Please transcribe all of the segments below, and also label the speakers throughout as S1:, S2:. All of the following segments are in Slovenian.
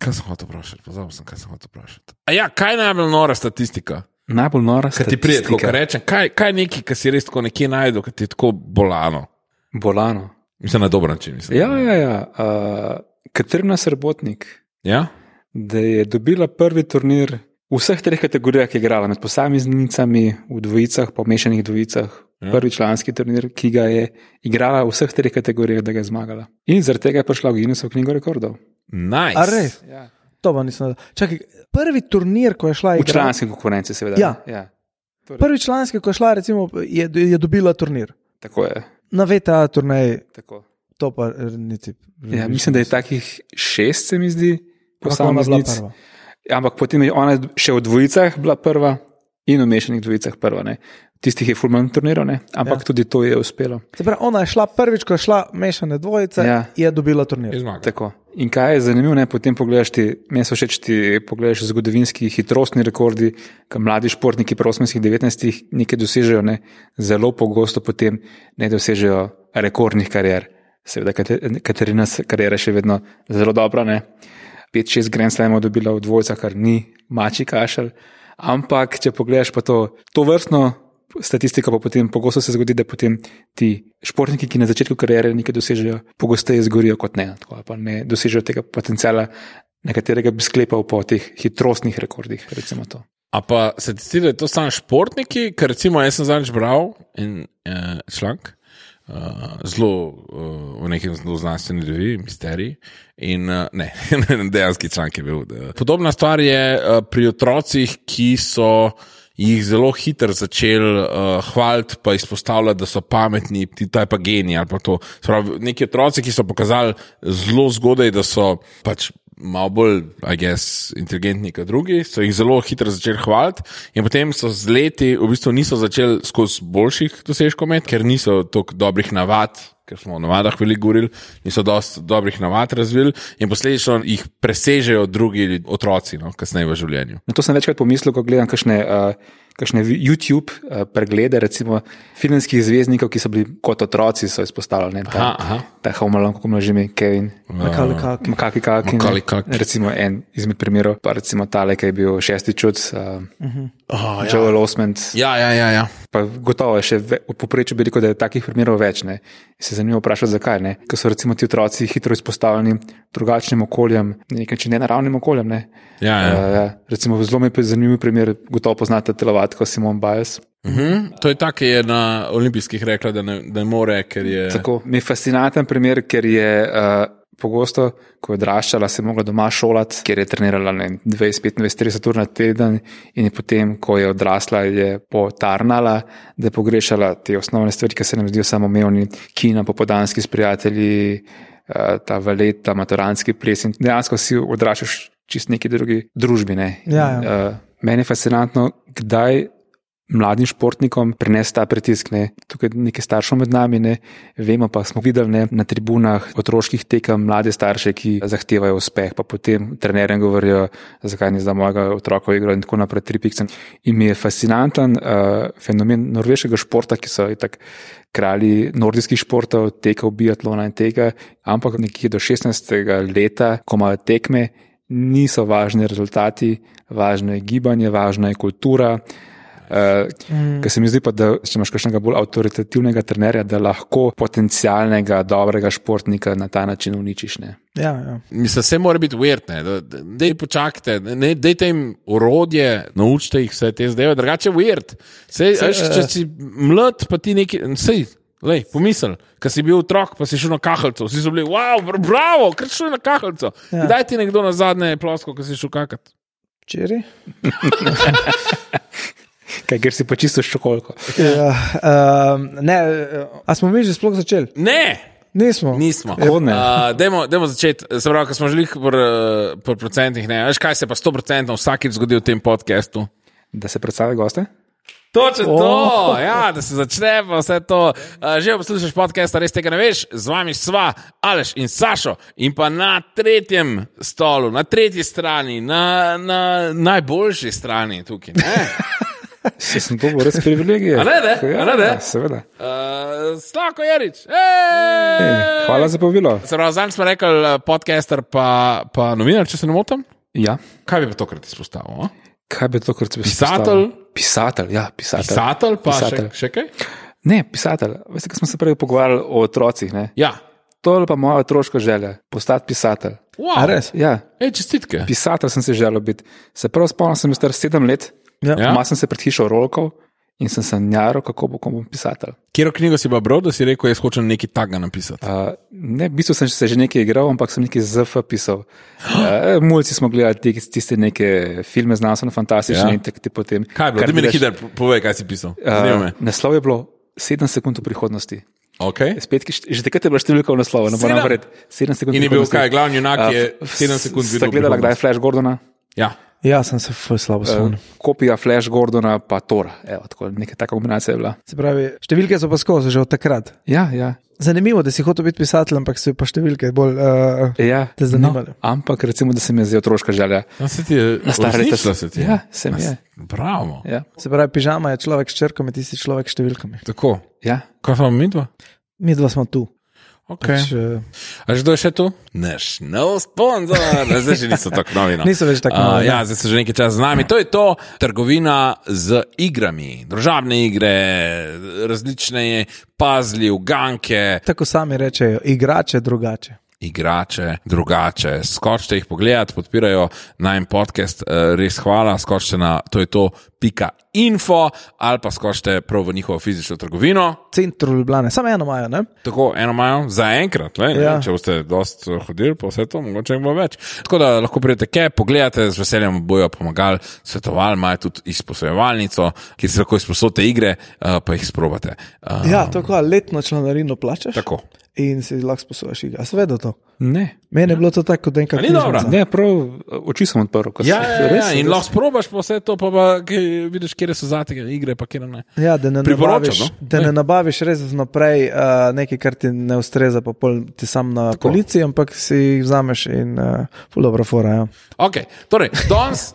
S1: Kaj sem hotel vprašati? Pozabil sem, kaj sem hotel vprašati. A ja, kaj je najbolj nora statistika?
S2: Najbolj nora
S1: Kaj ti pride, ko
S2: statistika.
S1: rečem, kaj, kaj je nekaj, kar si res tako nekje najdel, ki ti je tako bolano?
S2: Bolano.
S1: Mislim, na dober način. Mislim.
S2: Ja, ja, ja. Uh, Katrina Srebotnik,
S1: ja?
S2: da je dobila prvi turnir v vseh treh kategorijah, ki je igrala, med posameznicami, v dvojicah, po mešanih dvojicah.
S1: Ja.
S2: Ja. Prvi članski turnir, ki ga je igrala v vseh treh kategorijah, da ga je zmagala. In zaradi tega je prišla v Guinnessov knjigo rekordov.
S1: Nice.
S3: A res?
S2: Ja.
S3: To pa nisem. Čakaj, prvi turnir, ko je šla
S2: V
S3: igrati.
S2: članski konkurenci, seveda.
S3: Ja.
S2: ja.
S3: Prvi članski, ko je šla, recimo, je, je dobila turnir.
S2: Tako je.
S3: Na VTA turnaj,
S2: Tako.
S3: to pa eh, niti.
S2: Ja, mislim, da je takih šest, se mi zdi,
S3: Ampak ona je bila
S2: posameznic.
S3: prva.
S2: Ja, Ampak potem je ona še v dvojicah bila prva in v mešanih dvojicah prva. Ne. Tistih je fulman turniral, ne. ampak
S3: Ja.
S2: ja. tudi to je uspelo.
S3: Se pravi, ona je šla prvič, ko je šla mešane dvojice, ja.
S2: Ja.
S3: je dobila turnir.
S1: Izmaga.
S2: Tako. In kaj je zanimivo, ne, potem pogledaš ti, meni so všeč ti pogledaš zgodovinski hitrostni rekordi, ki mladi športniki pri 18, 19 nekaj dosežejo, ne, zelo pogosto potem ne dosežejo rekordnih karier. Seveda, Kate- Katarina s- kariera je še vedno zelo dobra, ne. 5-6 Grand Slamov dobila v dvojcah, kar ni mači kašelj. Ampak, če pogledaš pa to, to vrstno Statistika pa potem pogosto se zgodi, da potem ti športniki, ki na začetku karijere nekaj dosežejo, pogosteje zgorijo kot ne, tako, ali pa ne dosežejo tega potencijala, na katerega bi sklepal po teh hitrostnih rekordih. recimo to.
S1: A pa se ti zdi, da je to samo športniki, ker recimo jaz sem zadnjič bral en eh, članek. Uh, zelo uh, v nekem zelo znanstveni reviji, misteriji. In, uh, ne, dejanski članek je bil. Da. Podobna stvar je uh, pri otrocih, ki so jih zelo hitro začeli uh, hvaliti, pa izpostavljati, da so pametni, ti ta je pa genij ali pa to. Spravi, neki otroci, ki so pokazali zelo zgodaj, da so pač malo bolj, I guess, inteligentni kot drugi, so jih zelo hitro začeli hvaliti, in potem so z leti v bistvu niso začeli skozi boljših dosežkov imeti, ker niso tako dobrih navad. Ker smo o navadah veliko govorili, niso dosti dobrih navad razvili, in posledično jih presežejo drugi otroci, no, kasneje v življenju.
S2: Na to sem večkrat pomislil, ko gledam kakšne, uh, kakšne vi- YouTube uh, preglede, recimo filmskih zvezdnikov, ki so bili kot otroci, so izpostavljali. Ne, ta,
S1: Aha, aha.
S2: ta homolan, kako mlaži mi, Kevin.
S3: Makali kaki.
S2: Makaki kaki. ne.
S1: Macaulay Culkin.
S2: Recimo en izmed primerov, pa recimo tale, ki je bil šesti čud, uh,
S1: Oh,
S2: Joel Osment.
S1: ja, ja, ja. ja.
S2: Pa gotovo je še ve- v poprečju bi rekel, da je takih primerov več. Ne. Se zanima vprašati, zakaj ne. Ker so recimo ti otroci hitro izpostavljeni drugačnim okoljem, na nek način nenaravnim okoljem. Ne.
S1: ja, ja.
S2: Eh, ja. Recimo zelo me je zanimiv primer, gotovo poznate telovatko Simon Biles.
S1: Mhm. To je tako, ki je na olimpijskih rekla, da ne, da ne more, ker je.
S2: Tako, mi je fascinanten primer, ker je uh, pogosto, ko je odraščala, se je mogla doma šolati, ker je trenirala ne vem, 20, 25, 30 ur na teden, in je potem, ko je odrasla, je potarnala, da je pogrešala te osnovne stvari, ki se nam zdijo samoumevni, kina, popodanski s prijatelji, uh, ta valet, ta maturantski ples. In dejansko si odraščaš čist neki drugi družbine.
S3: Ja,
S2: ja. uh, meni je fascinantno, kdaj mladim športnikom prenese ta pritisk. Ne. Tukaj nekaj staršev med nami, ne. vemo pa smo videli ne, na tribunah otroških tekem mlade starše, ki zahtevajo uspeh, pa potem trenerjem govorijo, zakaj ni za mojega otroka igro in tako naprej, tri pikcen. In mi je fascinanten uh, fenomen norveškega športa, ki so itak kralji nordijskih športov, tekov, biatlona in tega, ampak nekje do 16. leta, ko imajo tekme, niso važni rezultati, važno je gibanje, važna je kultura. Uh, Ker se mi zdi, pa, da če imaš kakšnega bolj avtoritativnega trenerja, da lahko potencialnega dobrega športnika na ta način uničiš. Ne?
S3: Ja, ja.
S1: Mislim, vse mora biti ujetne, da dej počakajte, ne, dejte jim urodje, naučite jih vse te zdaj, drugače je ujet. Če si mlad, pa ti neki, sej, lej, pomisel, ko si bil otrok, pa si šel na kahljico, vsi so bili, wow, br- bravo, ker si šel na kahljico.
S3: Ja.
S1: Ja. Daj ti nekdo na zadnje plosko, ko si šel kakat.
S3: Včeraj.
S2: Kaj, ker si pa čisto šokolko.
S3: Ja, um, ne, eh, a smo mi že sploh začeli?
S1: Ne!
S3: Nismo.
S1: Nismo.
S2: Kako ne?
S1: Uh, dajmo, dajmo začeti. Se pravi, ko smo želeli pri eh, pri procentih, ne veš, kaj se pa 100% vsakič zgodi v tem podkastu.
S2: Da se predstavi goste?
S1: Točno oh. to,
S3: Oh.
S1: ja, da se začne pa vse to. Uh, že poslušaš podcast, res tega ne veš. Z vami sva Aleš in Sašo in pa na tretjem stolu, na tretji strani, na, na najboljši strani tukaj. ne?
S2: Se sem to res privilegij.
S1: A ne, ne? A ne, ne?
S2: Ja, seveda.
S1: Uh, Slako Jarič.
S2: Ej, Hvala za povilo.
S1: Zanj smo rekli eh, podcaster, pa, pa novinar, če se ne motim.
S2: Ja.
S1: Kaj bi pa tokrat izpostavil? a?
S2: Kaj bi to, kar se bi
S1: Pisatelj?
S2: Pisatelj, ja, pisatelj.
S1: Pisatelj, pa
S2: Pisatelj.
S1: Še, še kaj?
S2: Ne, pisatelj. Veste, ko smo se prej pogovarjali o otrocih, ne?
S1: Ja,
S2: To je pa moja otroška želja, postati pisatelj.
S3: A
S1: wow.
S3: res?
S2: Ja,
S1: Ej, čestitke.
S2: pisatelj sem si želel biti. Se prav spomnim, sem bil star sedem let,
S1: Ja.
S2: ja. malo sem se pred hišo rolkal in sem sanjal, kako bo, bom pisatelj.
S1: Kjer knjigo si pa bral, da si rekel, jaz hočem nekaj takega napisati.
S2: Uh, ne, v bistvu sem se že nekaj igral, ampak sem nekaj ZF pisal. Uh, Mulci smo gledali te- tiste neke filme, znanstveno fantastične
S1: Ja.
S2: ja. in tako potem.
S1: Kaj je bilo?
S2: kar
S1: Ti mi
S2: vidiš,
S1: nekaj dar povej, kaj si pisal.
S2: Uh,
S1: Uh,
S2: naslov je bilo 7 sekund v prihodnosti.
S1: okay.
S2: Ja, Spet, ki- že takrat je bila številka v naslovu, ne
S1: Sedem?
S2: morem verjeti. 7 sekund.
S1: In je
S2: v
S1: bil
S2: prihodnosti.
S1: kaj, glavni junak je
S2: Uh,
S1: 7 sekund
S2: Ste
S1: videl.
S2: gledali,
S1: prihodnost.
S2: kdaj je Flash Gordona?
S1: Ja,
S3: Ja, sem se ful slabo spomnil.
S2: Uh, kopija Flash Gordona pa Tora. Evo, tako, neka taka kombinacija je bila.
S3: Se pravi, številke so pa skozi že od takrat.
S2: Ja, ja.
S3: Zanimivo, da si hotel biti pisatelj, ampak so pa številke bolj uh,
S2: ja.
S3: te zanimale.
S2: Ampak recimo, da se mi je zdaj otroška želja.
S1: no, se ti je
S2: Na stare leta
S1: uresničilo
S2: se-
S1: se ti je.
S2: Ja, se mi
S1: Na s-
S2: je.
S1: Bravo.
S2: Ja.
S3: Se pravi, pižama je človek s črkami, ti si človek s številkami.
S1: Tako,
S2: Ja.
S1: kaj smo mi dva?
S3: Mi dva smo tu.
S1: Okay.
S3: Pač, eh,
S1: A že kdo je še tu? Naš nov sponzor, zdaj že niso tako novi. No.
S3: Niso več tako
S1: A,
S3: novi, ne.
S1: ja, zdaj so že nekaj časa z nami. To je to, trgovina z igrami, družabne igre, različne pazli, uganke,
S3: tako sami rečejo, igrače drugače.
S1: igrače, drugače. Skočite jih pogledat, podpirajo najmen podcast, eh, res hvala. Skočite na to je to, pika info ali pa skočite prav v njihovo fizično trgovino.
S3: Centru Ljubljane, samo eno imajo, ne?
S1: Tako eno imajo za enkrat, le, ja.
S3: Ja.
S1: če boste dosti eh, hodili, pa vse to, mogoče jih bo več. Tako da lahko pridete, kaj pogledate, z veseljem bojo pomagali, svetovali, imajo tudi izposojevalnico, kjer se lahko izposodite igre, eh, pa jih sprobate. Eh,
S3: Ja, tako letno članarino plačaš
S1: Tako.
S3: in si lahko sposojaš igro. A Seveda to.
S2: Ne.
S3: Meni je bilo to tako, da enkrat
S1: Ja. A ni dobro?
S3: knjižnica.
S2: Ne, prav eh, oči sem odprl. ko
S1: Ja,
S2: sem-
S1: ja, ja,
S2: res,
S1: in
S2: res.
S1: lahko sprobaš pa vse to, pa, pa ki, vidiš, kje so zate igre, pa kje ne.
S3: Ja, da ne
S1: Priporočam,
S3: nabaviš,
S1: no.
S3: da ne nabaviš res vnaprej uh, nekaj, kar ti ne ustreza, pa pol ti sam na policiji, ampak si jih vzameš in uh, ful dobro fora. Ja.
S1: Okay, torej, danes,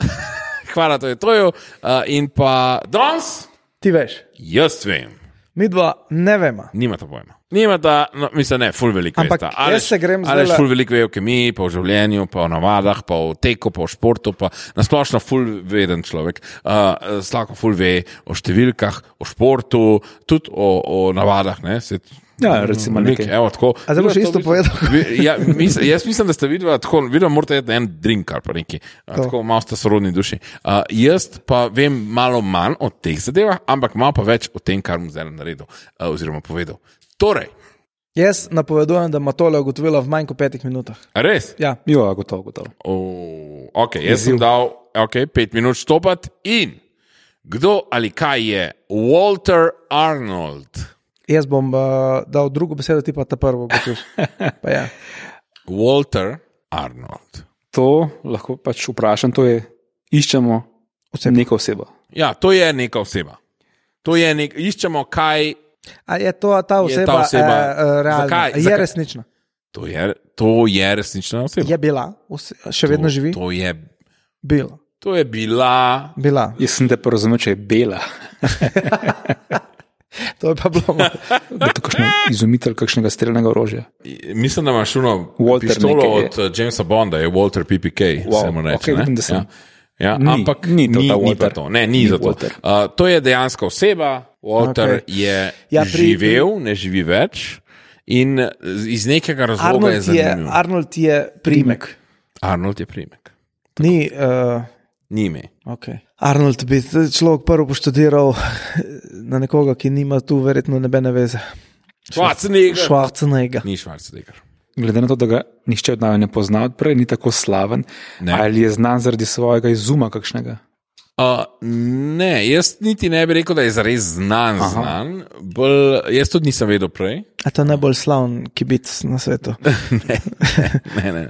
S1: hvala to je toju, uh, in pa danes,
S3: Ti veš,
S1: jaz vem,
S3: mi dva ne vemo.
S1: nimate pojma. Nimata, no, mislim, ne, ful veliko.
S3: Ampak
S1: veste.
S3: jaz se grem
S1: ali
S3: zdajle-
S1: ful veliko ve o kemiji, pa o življenju, pa o navadah, pa o teku, pa o športu, pa nasplošno ful veden človek. Uh, slako ful ve o številkah, o športu, tudi o, o navadah. Ne, se,
S2: Ja, recimo
S1: Veliko,
S2: nekaj.
S1: Evo, tako.
S3: A zdaj boš
S1: Vidva, to v
S3: isto
S1: bistvu-
S3: povedal?
S1: Vi- ja, mislim, jaz mislim, da ste videla tako, videla morate jeti en drink ali pa neki, A, tako malo ste sorodni duši. Uh, jaz pa vem malo manj o teh zadevah, ampak malo pa več o tem, kar bom zdaj naredil uh, oziroma povedal. Torej,
S3: Jaz napovedujem, da ima tole ugotovila v manj kot petih minutah.
S1: a res?
S3: Ja,
S2: Jo, gotovo, gotovo.
S1: O, ok, jaz sem dal okay, pet minut štopat in kdo ali kaj je Walter Arnold?
S3: jaz bom uh, dal drugo besedo, ti pa ta prvo ugotoviš. Pa ja.
S1: Walter Arnold.
S2: To lahko pač vprašam, to je, iščemo osebo. neko osebo.
S1: Ja, to je neka oseba. To je nek, iščemo, kaj
S3: A je to ta oseba,
S1: ta oseba-
S3: eh, eh, realna?
S1: Zakaj?
S3: je
S1: Zakaj?
S3: resnična.
S1: To je, to je resnična oseba.
S2: Ja,
S3: Je bila, Ose- še vedno
S1: to,
S3: živi?
S1: To je,
S3: Bila.
S1: to je bila.
S3: bila.
S2: Jaz sem te pa razumel, če je bela,
S3: To je pa bilo. malo.
S2: da je to kakšen izumitelj kakšnega streljnega orožja.
S1: Mislim, da imaš šuno
S2: Walter
S1: pištolo
S2: nekaj je.
S1: od eh, Jamesa Bonda, je Walter PPK.
S2: Wow,
S1: se mu reče,
S2: okej,
S1: ne?
S2: vidim, da sem-
S1: ja. Ja,
S2: Ni,
S1: ampak
S2: ni to ta
S1: ni pa
S2: Walter.
S1: to. Ne, ni
S2: Ni
S1: za to.
S2: Walter.
S1: Uh, to je dejansko oseba, Walter
S3: Okej.
S1: okay. je ja,
S3: Ja,
S1: pri,
S3: pri-
S1: živel, ne živi več. In eh, iz nekega razloga je
S3: Arnold, je,
S1: zanimiv. Ar
S3: Arnold je primek.
S1: Arnold je primek,
S3: Ni, uh,
S1: ni ime.
S3: okay. Arnold bi t- človek prvo poštudiral eh, na nekoga, ki nima tu verjetno nebene veze.
S1: Švarcnega.
S3: Švarcenega.
S1: Ni švarcnega.
S2: Glede na to, da ga nihče od naju ne pozna odprej, ni tako slaven,
S1: Ne.
S2: ne. ali je znan zaradi svojega izuma kakšnega.
S1: Uh, ne, jaz niti ne bi rekel, da je zares znan. znan. Bolj, jaz tudi nisem vedel prej.
S3: A to je najbolj slaven kibic na svetu.
S1: Ne, ne.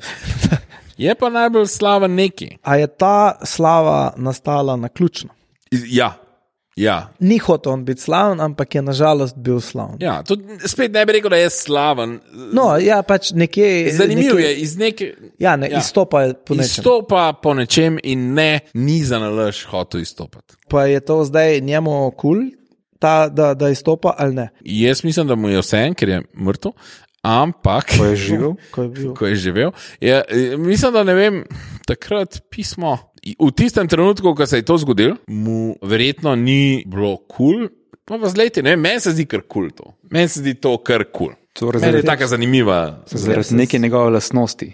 S1: Je pa najbolj slaven neki.
S3: A je ta slava nastala na ključno?
S1: Ja, Ja.
S3: Ni hotel on biti slaven, ampak je nažalost bil slaven.
S1: Ja, tudi spet ne bi rekel, da je slaven.
S3: No, ja, pač nekje.
S1: Zanimiv
S3: nekje,
S1: je, iz neke,
S3: Ja, ne,
S1: Ja.
S3: ja. izstopa je po nečem.
S1: izstopa po nečem in ne, ni za nalaž hotel izstopati.
S3: Pa je to zdaj njemu kul, cool, ta, da, da izstopa ali ne.
S1: Jaz mislim, da mu je vse en, ker je mrtev, ampak
S2: Ko je živel,
S3: Ko je bil.
S1: ko je živel. Je, eh, mislim, da ne vem, takrat pismo. V tistem trenutku, ko se je to zgodilo, mu verjetno ni bilo kul. Cool. Pa pa zlejte, ne vem, meni se zdi kar kul cool to. Meni se zdi to kar kul. Cool.
S2: torej
S1: Meni je
S2: zaradi,
S1: tako zanimiva.
S2: zaradi neke njegove lastnosti,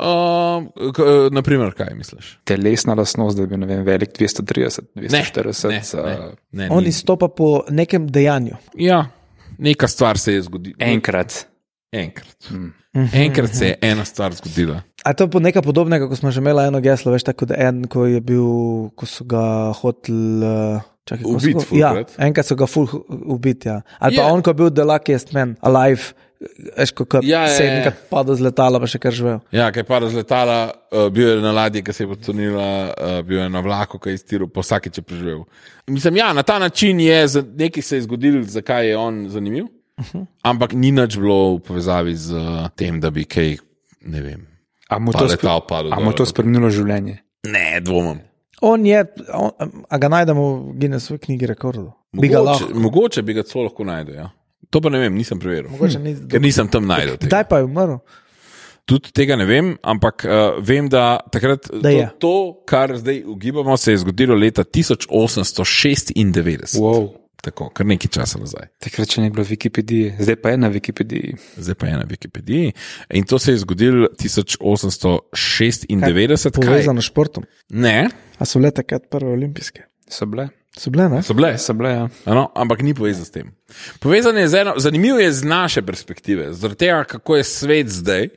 S1: Um, k- eh, naprimer, kaj misliš?
S2: telesna lastnost, da bi bil ne vem, velik 230,
S1: Ne,
S2: 240.
S1: ne, ne,
S2: za-
S1: ne,
S3: On
S1: ni.
S3: izstopa po nekem dejanju.
S1: Ja, neka stvar se je zgodila.
S2: eh, Enkrat.
S1: Enkrat. Enkrat se je ena stvar zgodila.
S3: A to je po nekaj podobnega, kot smo že imeli eno geslo, veš, tako da en, ko je bil, ko so ga hoteli. eh, Čakaj, ko so
S1: Ubit
S3: ga- ja,
S1: fulkrat.
S3: enkrat so ga ful hu- ubiti. Ja. Ali pa
S1: Je.
S3: yeah. on, ko je bil The Luckiest Man, Alive, veš, ko je
S1: Ja, ja,
S3: se
S1: ja.
S3: je enkrat padel z letala, pa še kar živel.
S1: Ja, kaj pa razletala, uh, bil je na ladji, ki se je potonila, uh, bil je na vlaku, ki je iztiril, po vsake če preživel. Mislim, ja, na ta način je za- nekaj se je zgodilo, zakaj je on zanimiv. Uh -huh. Ampak ni nič bilo v povezavi z uh, tem, da bi kaj, ne vem,
S2: A mu
S1: pa
S2: to, spre,
S1: letal padlo.
S2: a mu to spremenilo življenje?
S1: Ne, dvomim.
S3: On je, on, a ga najdemo v Guinnessovi knjigi rekordov. Bi ga
S1: Mogoče,
S3: lahko.
S1: mogoče bi ga celo lahko najdel. Ja. To pa ne vem, nisem preveril.
S3: Mogoče ni-
S1: Ker nisem tam najdel. tega.
S3: Kdaj pa je umrl?
S1: Tudi tega ne vem, ampak uh, vem, da takrat
S3: Da
S1: to,
S3: je.
S1: to, kar zdaj ugibamo, se je zgodilo leta 1896.
S2: Wow.
S1: Tako, kar nekaj časa nazaj.
S2: Takrat še ni bilo Wikipedije, zdaj pa je na Wikipediji.
S1: Zdaj pa je na Wikipediji. In to se je zgodilo 1896. Kaj?
S3: Povezano s športom.
S1: Ne,
S3: A so bile takrat prve olimpijske?
S2: So bile?
S3: So bile, ne?
S1: so bile.
S2: So bile, ja.
S1: Ano, ampak ni povezan s tem. Povezan je z eno, zanimiv je z naše perspektive, zaradi tega, kako je svet zdaj,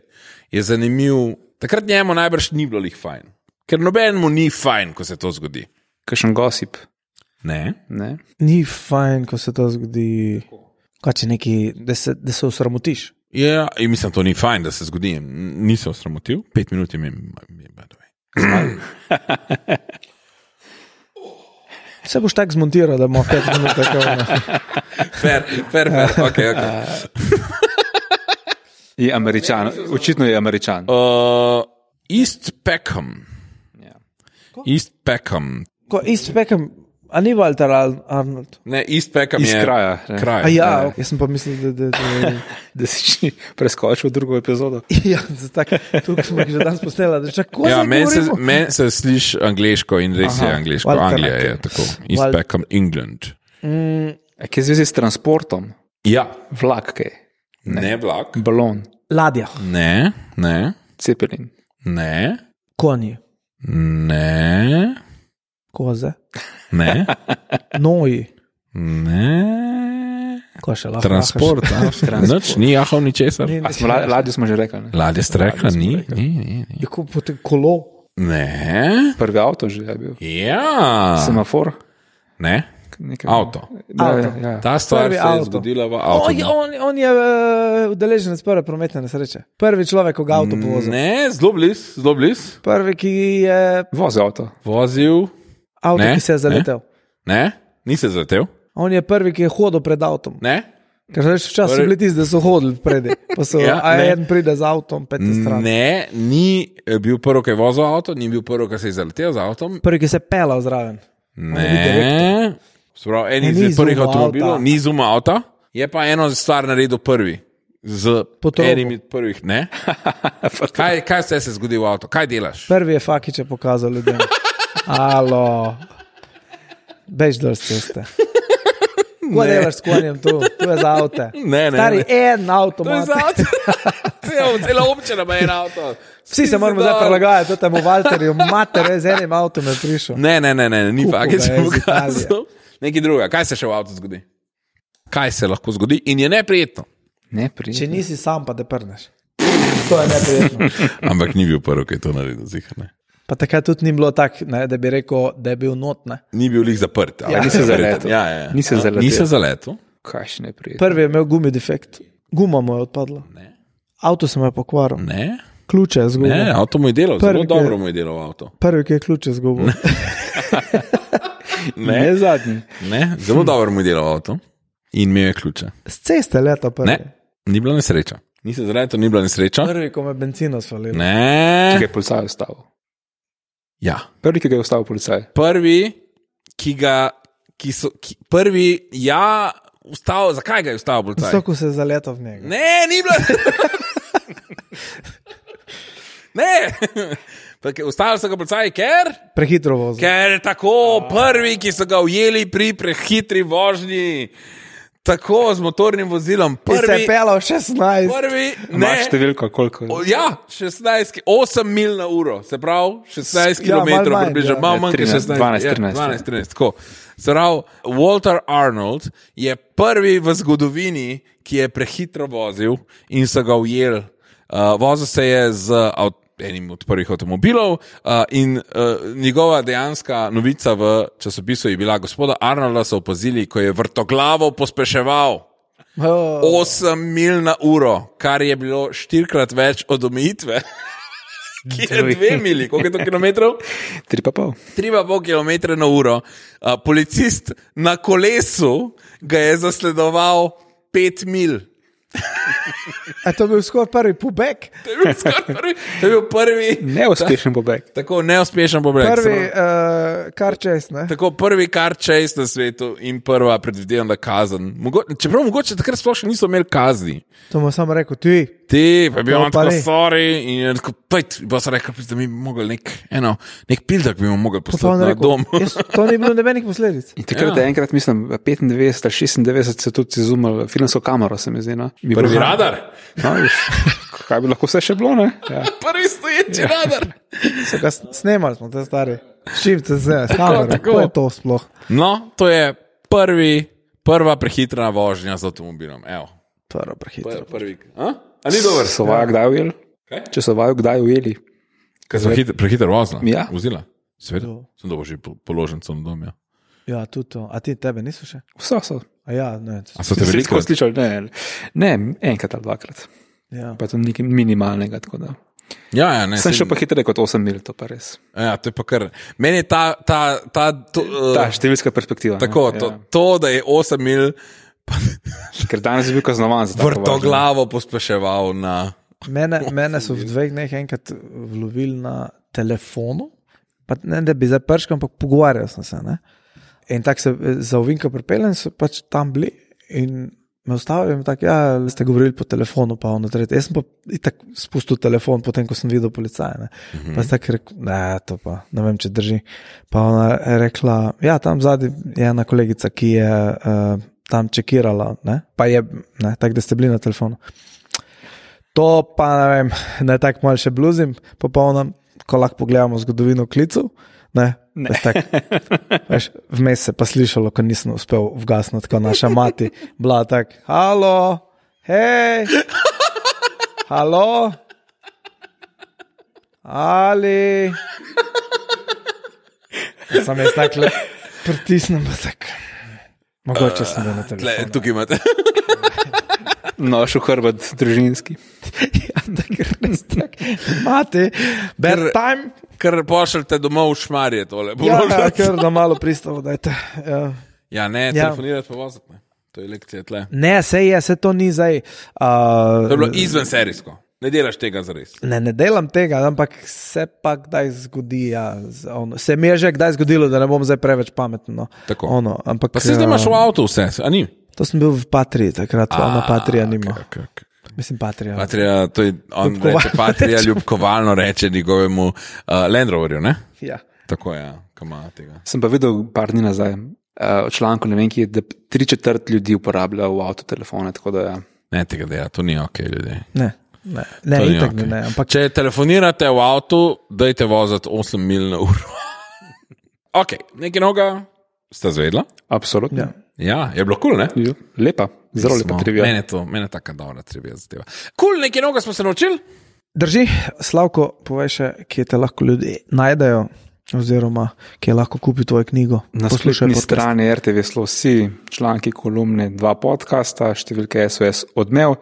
S1: je zanimiv. Takrat njemu najbrž ni bilo lih fajn, ker nobenemu ni fajn, ko se to zgodi.
S2: Kakšen gosip.
S1: Ne?
S2: Ne?
S3: Ni fajn, ko se to zgodi. Kaj če neki, da se, da se usramotiš.
S1: Ja, in mislim, to ni fajn, da se zgodi. N- Nisem osramotil, pet minut je imel, badove.
S3: Se boš tako zmontiral, da bomo pet minut tako. no. ne.
S1: Fer, fer, fer, ok, ok.
S2: Je američan, očitno je američan.
S1: Uh, East Peckham. Ja. East Peckham.
S3: Ko izpekem, a ni Walter Al- Arnold.
S1: Ne, East Peckham
S2: Iz
S1: je
S2: kraja, ne.
S1: Kraj.
S3: A ja, jaz sem pa mislil, da, da, da,
S2: Da si preskočil drugo epizodo.
S3: ja, da tak, tukaj smo jih že danes posneli. Da, čak, ko
S1: Ja,
S3: zdaj
S1: meni se,
S3: govorimo?
S1: men se sliši angliško in res Aha, je angliško.
S3: Walter
S1: Anglija je
S3: Acker.
S1: tako, East
S3: Wal-
S1: Peckham, England.
S3: Mm,
S2: A Kaj je v zvezi s transportom?
S1: Ja,
S2: Vlak, kaj?
S1: ne, ne vlak.
S2: Balon,
S3: Ladja,
S1: Ne, ne,
S2: cepelin.
S1: ne,
S3: konji,
S1: ne,
S3: koze,
S1: ne,
S3: noji,
S1: ne.
S3: ko še lahko.
S1: Transport, a? Nič, ni jahal ničesar.
S3: Ni-
S2: A smo la- ladjo smo že rekli, ne?
S1: Ladje ste rekla, ni, ni, ni. ni.
S3: Je kot potem kolo.
S1: Ne,
S2: Prvi avto že je bil.
S1: ja,
S2: Semafor?
S1: ne,
S2: Nekaj.
S1: avto.
S2: Ja,
S3: Avto.
S2: ja, ja.
S1: Ta stvar se
S3: Prvi
S1: je
S3: avto.
S1: zgodila v
S3: On,
S1: avtu.
S3: je- on, on je eh, udeleženec prve prometne nesreče. Prvi človek, ki ga avto
S1: Mm,
S3: povozi.
S1: Ne, zelo blizu, zelo blizu.
S3: Prvi, ki je
S2: Voz avto.
S1: Vozil,
S3: avto,
S1: Ne,
S3: ne? ki se je zaletel. Ne?
S1: ne, ni se zletel,
S3: On je prvi, ki je hodil pred avtom.
S1: ne.
S3: Ker veš, včasih so
S1: Torej-
S3: bili tisti, da so hodili pred. Pa so,
S1: Ja,
S3: ja, a
S1: ne.
S3: en pride z avtom, pet stran.
S1: Ne, ni eh, bil prvi, ki je vozil avto, ni bil prvi, ki se je zaletel z avtom.
S3: Prvi, ki se je pelal zraven.
S1: Ne, Sprav, en
S3: Ne,
S1: iz
S3: ni
S1: izmed prvih
S3: izumil
S1: avtomobilov,
S3: avta.
S1: ni izumil avta, je pa eno stvar naredil prvi. Z
S3: Potrobil.
S1: enimi od prvih, ne. Kaj, kaj vse se je zgodilo v avtu, kaj delaš?
S3: Prvi je fakiče pokazal ljudem. Alo, bež dol s ceste. Kaj delaš s konjem tu, tu je za avto.
S1: Ne, ne,
S3: Stari
S1: ne.
S3: en avto.
S1: To je
S3: ima.
S1: za avto. Cel- Cela občina ima en avto.
S3: Vsi se moramo zdaj
S1: dol.
S3: prilagajati, temu Walterju, mater, z enim avtom je prišel.
S1: Ne, ne, ne, ne ni
S3: Kupil
S1: fakt, da
S3: ga
S1: se
S3: je iz
S1: pokazal. Nekaj drugega, kaj se še v avtu zgodi? Kaj se lahko zgodi in je neprijetno.
S2: Ne,
S3: Če
S2: prišel.
S3: nisi sam, pa te prneš. To je neprijetno.
S1: Ampak ni bil prvi, ki je to naredil, zihar ne.
S3: Pa takrat tudi ni bilo tako, ne, da bi rekel, da je bil notne.
S1: Ni bil jih zaprt. ali
S3: Ja,
S1: je
S3: ni
S2: se
S1: zapreten?
S2: zaletel.
S1: Ja, ja.
S2: Ni se
S1: A,
S2: zaletel.
S1: Ni se zaletel.
S2: Kaj še ne prišel?
S3: Prvi je imel gumi defekt, guma mu je odpadla.
S1: Ne.
S3: Avto se mu je pokvaril,
S1: Ne,
S3: ključe je zgubil.
S1: ne avto mu je delal, zelo
S3: Prvi, ki-
S1: dobro mu je delal avto.
S3: Prvi, ki je ključe zgubil.
S2: Ne, ne zadnji.
S1: Ne, zelo dobro mu je delal avto in imel je ključe.
S3: Z ceste leto prvi.
S1: Ne, ni bila nesreča. Ni se zaradi tega, ni bila nesreča.
S3: Prvi, ko me bencino svalil.
S1: Ne.
S2: Ki ga je policaj ustavil.
S1: Ja.
S2: Prvi, ki ga je ustavil policaj.
S1: Prvi, ki ga, ki so, ki, prvi, ja, ustavil, zakaj ga je ustavil policaj?
S3: Visoko se je zaletel v njega.
S1: Ne, ni bilo. ne. Pa ke- Ustavili so ga policaj, ker?
S3: Prehitro vozil.
S1: Ker je tako prvi, ki so ga ujeli pri prehitri vožnji, tako z motornim vozilom,
S3: Prvi... Se
S1: prvi,
S3: je pelal 16. Prvi...
S1: prvi ne,
S2: Imaš številko, koliko
S1: o, ja, 16, ki- 8 mil na uro, se pravi 16
S3: Ja, malo
S1: km,
S3: manj,
S1: približno,
S3: ja.
S1: malo manj kot
S2: 13,
S1: 16,
S2: 12,
S1: ja,
S2: 13,
S1: 12, 13. Tako. Se pravi, Walter Arnold je prvi v zgodovini, ki je prehitro vozil in so ga ujeli. Uh, vozil se je z avt- enim od prvih avtomobilov uh, in uh, njegova dejanska novica v časopisu je bila: gospoda Arnolda so opazili, ko je vrtoglavo pospeševal.
S3: Oh,
S1: 8 mil na uro, kar je bilo štirikrat več od omejitve. Ki je
S2: Dve.
S1: dve mili, koliko je to kilometrov?
S2: Tri pa pol.
S1: Tri pa pol kilometra na uro. A, Policist na kolesu ga je zasledoval pet mil.
S3: a to je bil skoraj prvi pubek,
S1: To je bil, skoraj prvi, to je bil prvi,
S2: Neuspešen pobeg.
S1: tako neuspešen pobeg.
S3: prvi
S1: Samo-
S3: uh, kar čez. Ne?
S1: Tako prvi kar čez na svetu in prva predvidevna kazen. Mogo, čeprav mogoče takrat sploh še niso imeli kazni.
S3: To mu je samo rekel, ti.
S1: Ti, pa bi
S3: To
S1: on
S3: pa
S1: tako
S3: ne.
S1: sorry in je tako, pojď, bo se rekel, da bi mogli nek, eno, nek pildek bi mu mogli
S3: To, pa
S1: poslati
S3: on
S1: na
S3: rekel,
S1: dom.
S3: jaz, to ni bilo nobenih posledic.
S2: In takrat,
S1: Ja.
S2: ja. enkrat, mislim, 95 ali 96 se je tudi izumil filmsko kamero, se mi zdi. No. Mi
S1: Prvi
S2: bilo-
S1: radar,
S2: No, viš, kaj bi lahko vse še bilo? Ne? Ja.
S1: prvi stoječi ja. radar.
S3: So ga s- Snemali smo te stare. Šimce se,
S1: tako.
S3: kako je to sploh?
S1: No, to je prvi, prva prehitrena vožnja z avtomobilom. Evo.
S3: Prvo prehitro.
S1: Prvi. A? A ni dobro?
S2: So vaju kdaj ujeli?
S1: Kaj?
S2: Če so vaju kdaj ujeli,
S1: Ker so hiter, prehiter vozila.
S2: Ja.
S1: Vozila. Seveda.
S3: To.
S1: Sem dobil že po- položen sem dom. Ja.
S3: Ja, tudi to. A ti tebe niso še?
S2: vso so.
S3: A ja, ne. to-
S1: A so te
S2: Ste
S1: veliko?
S2: veliko slišali? Ne, ne, enkrat ali dvakrat.
S3: Ja.
S2: Pa je to nekaj minimalnega. tako da.
S1: Ja, ja, ne.
S2: Sem
S1: saj-
S2: šel pa hitreje kot 8 mil, to pa res.
S1: Ja, to je pa kar. Meni je ta, ta, ta, to, uh,
S2: Ta ja. številska perspektiva. no.
S1: tako,
S2: ne?
S1: to, to, da je 8 mil.
S2: Ja. Ker danes je bil kaznovan za to.
S1: vrtoglavo pospeševal na.
S3: Mene, mene so v dveh dneh enkrat vlovili na telefonu, pa ne da bi zaprškal, ampak pogovarjal sem se. Ne? In tako se eh, za ovinka pripeljem, so pač tam bili in me ustavili. in Tako, ja, ste govorili po telefonu, pa ono tretje. Jaz sem pa tako spustil telefon, potem ko sem videl policaja. Ne?
S2: Mhm.
S3: Pa sem tako rekel, ne, to pa ne vem, če drži. Pa ona je rekla, ja, tam zadnji je ena kolegica, ki je uh, tam čekirala, ne? pa je, ne, tako da ste bili na telefonu. To pa ne vem, naj tako malo še bluzim, popolnam, ko lahko pogledamo zgodovino klicev. Ne, ne. Tak, veš, vmes se pa slišalo, ko nisem uspel vgasniti, ko naša mati bila tako, halo, hej, halo, ali. Sam jaz tako le pritisnem, pa tako. Mogoče sem bil na
S1: Tle,
S3: telefonu.
S1: tukaj imate.
S2: Noš v No, hrbet, družinski.
S3: Ja, tako res tako. Mati,
S1: Ker-
S3: bad time.
S1: Ker pošljete domov v šmarje tole.
S3: Ja,
S1: Ja,
S3: kar da malo pristavo, dajte. Ja.
S1: ja ne, ja.
S3: Ja.
S1: telefonirati pa vozite. ne. To je lekcija tle.
S3: Ne, se je, se to ni zdaj.
S1: To je bilo
S3: Uh,
S1: izven serijsko. Ne delaš tega za res.
S3: ne, ne delam tega, ampak se pa kdaj zgodi. Ja, z- ono, se mi je že kdaj zgodilo, da ne bom zdaj preveč pameten. No.
S1: Tako.
S3: Ono, ampak,
S1: Pa se zdaj imaš v avtu vse, a ni?
S3: To sem bil v Patriji, takrat a, ona Patrija nima.
S1: Okay, okay, okay.
S3: Mislim, Patrija.
S1: Patrija, to je, on
S3: Ljubkovalno
S1: reče, Patrija
S3: Ja. reče.
S1: ljubkovalno reče njegovemu uh, Land Roverju, ne?
S3: Ja.
S1: Tako ja, kama tega.
S2: Sem pa videl par dni nazaj uh, članek, ne vem, ki je, da tri četrt ljudi uporablja v avtu telefone. tako Da, ja.
S1: Ne tega dela, to ni ok, ljudje.
S3: Ne, ne, ne,
S1: To ni
S3: itak,
S1: okej.
S3: okay. ne, ampak
S1: Če telefonirate v avtu, dajte voziti 8 mil na uro. ok, nekaj noga ste zvedla.
S2: Absolutno.
S3: Ja.
S1: Ja, je bilo kul, cool, ne?
S2: Ja. Lepa, zelo lepa trivija.
S1: Mene to, mene taka dobra trivija zadeva. Kul, cool, nekaj noga smo se naučili.
S3: Drži, Slavko, povej še, kje te lahko ljudje najdejo, oziroma kje lahko kupi tvojo knjigo.
S2: Na
S3: Poslušaj
S2: spletni
S3: podcast.
S2: strani RTV so vsi članki, kolumne, dva podcasta, številke SOS odmev,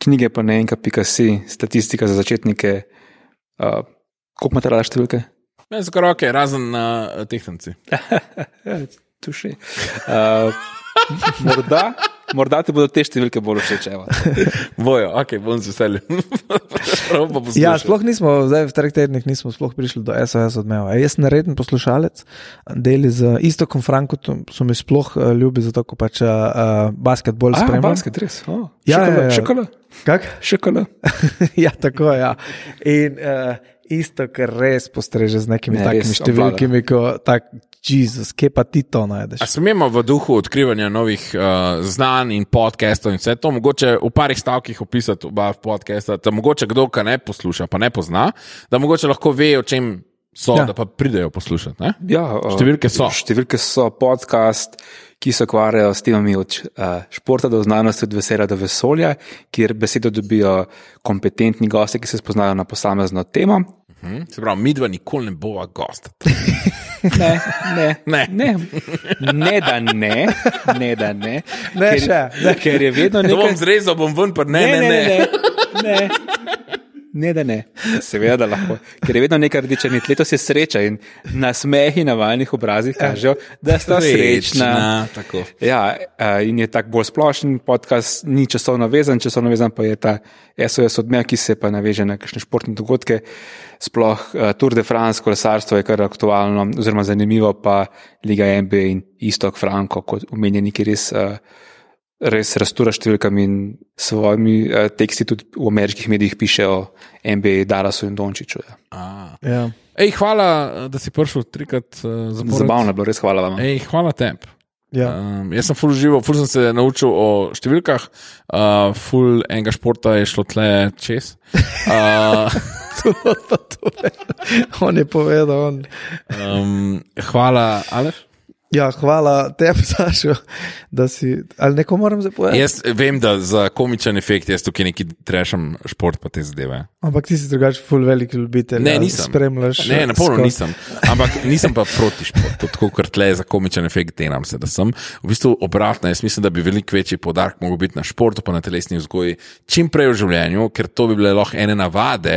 S2: knjige pa na enka.si, statistika za začetnike. Uh, koliko imate rada številke?
S1: Ne, zakaj roke, razen na eh, tehnici.
S2: Tu še. Uh, morda, morda ti bodo te številke bolj všeč. evo.
S1: Bojo, ok, bom z veseljem. Prav pa poslušal.
S3: Ja, sploh nismo, zdaj v treh tednih nismo sploh prišli do SOS odmeva. Jaz sem reden poslušalec, deli z Istokom Frankotom, so mi sploh eh, ljubi, zato ko pač uh, basketbol
S2: A,
S3: spremljam.
S2: basket, res. Oh,
S3: Ja, ja, ja.
S2: še kola.
S3: Kak?
S2: Še kola.
S3: ja, tako je. Ja. In uh, isto, kar res postreže z nekimi
S2: Ne,
S3: ne,
S2: res
S3: takimi številkami, kot tak, Jezus, kje pa ti to najdeš?
S1: A smemo v duhu odkrivanja novih uh, znanj in podkastov in vse to, mogoče v parih stavkih opisati oba podcasta, da mogoče kdo, ki ne posluša, pa ne pozna, da mogoče lahko ve, o čem so, ja.
S3: Ja.
S1: da pa pridejo poslušati. Ne?
S2: Ja, uh,
S1: Številke so.
S2: Številke so podcast, ki se ukvarjajo s temami od uh, športa do znanosti, od veselja do vesolja, kjer besedo dobijo kompetentni gosti, ki se spoznajo na posamezno temo.
S1: Hm? Se pravi, midva nikoli ne bova gost.
S2: Ne, ne,
S1: Ne.
S2: ne. ne da ne, ne, da ne.
S3: Ne,
S2: ker,
S3: še, ne.
S2: ker je vedno
S1: To bom
S2: nekaj.
S1: zrezal, bom ven, pa ne, ne, ne. ne, ne.
S2: ne. Ne, da ne. Seveda da lahko. Ker je vedno nekaj rdeča nit. Letos je sreča in nasmehi na vajnih obrazih kažejo, da sta srečna.
S1: Tako.
S2: Ja, eh, in je tako bolj splošen podcast, ni časovno vezan, časovno vezan pa je ta SOS odmev, ki se pa naveže na kakšne športne dogodke. Sploh eh, Tour de France, kolesarstvo je kar aktualno, oziroma zanimivo, pa Liga MB in Istok Franko, kot omenjeni, ki res, eh, res rastura številkami in svojimi eh, teksti tudi v ameriških medijih piše o MB, Darasu in Dončiću. Ja.
S1: A.
S3: Ja.
S1: Ej, hvala, da si prišel trikrat uh, za
S2: Zabavno je bilo, res hvala vam.
S1: Ej, hvala tebi.
S3: Ja.
S1: Um, jaz sem full živo, full sem se naučil o številkah, uh, full enega športa je šlo tle čez. Uh,
S3: To, to, to, on je povedal. On.
S1: um, hvala, Aleš.
S3: Ja, hvala tebi, Sašo, da si. Ali neko moram zapovedati?
S1: Jaz vem, da za komičen efekt jaz tukaj neki trešam šport pa te zadeve.
S3: Ampak ti si drugačen, full velik ljubitelj.
S1: Ne,
S3: ja,
S1: nisem.
S3: Spremljaš.
S1: Ne,
S3: eh,
S1: na polno
S3: skok.
S1: nisem. Ampak nisem pa proti športu, tako kot tle za komičen efekt, denam se, da sem. V bistvu obratno, jaz mislim, da bi veliko večji podarek mogel biti na športu, pa na telesni vzgoji, čim prej v življenju, ker to bi bile lahko ene navade,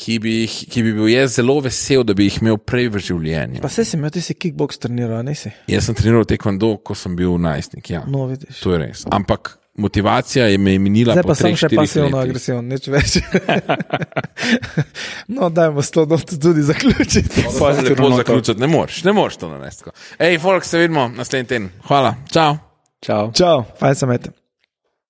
S1: ki bi, jih, ki bi bil jaz zelo vesel, da bi jih imel prej v življenju.
S3: Pa se si imel, ti si kickbox treniral, a nisi.
S1: Jaz sem treniral tekvando, ko sem bil najstnik. Ja.
S3: No, vidiš.
S1: To je res. Ampak motivacija je me je minila.
S3: Zdaj
S1: po
S3: pa sem
S1: treh,
S3: še
S1: štirih
S3: pasivno
S1: letih.
S3: agresiven, nič več. no, dajmo s to noto tudi zaključiti.
S1: Pa se
S2: Pozitivno
S1: lepo
S2: noto.
S1: zaključiti, ne moreš, ne moreš to nanesti. Hej, folk, se vidimo naslednji teden. Hvala, čau.
S2: Čau.
S3: Čau, fajn sem eten.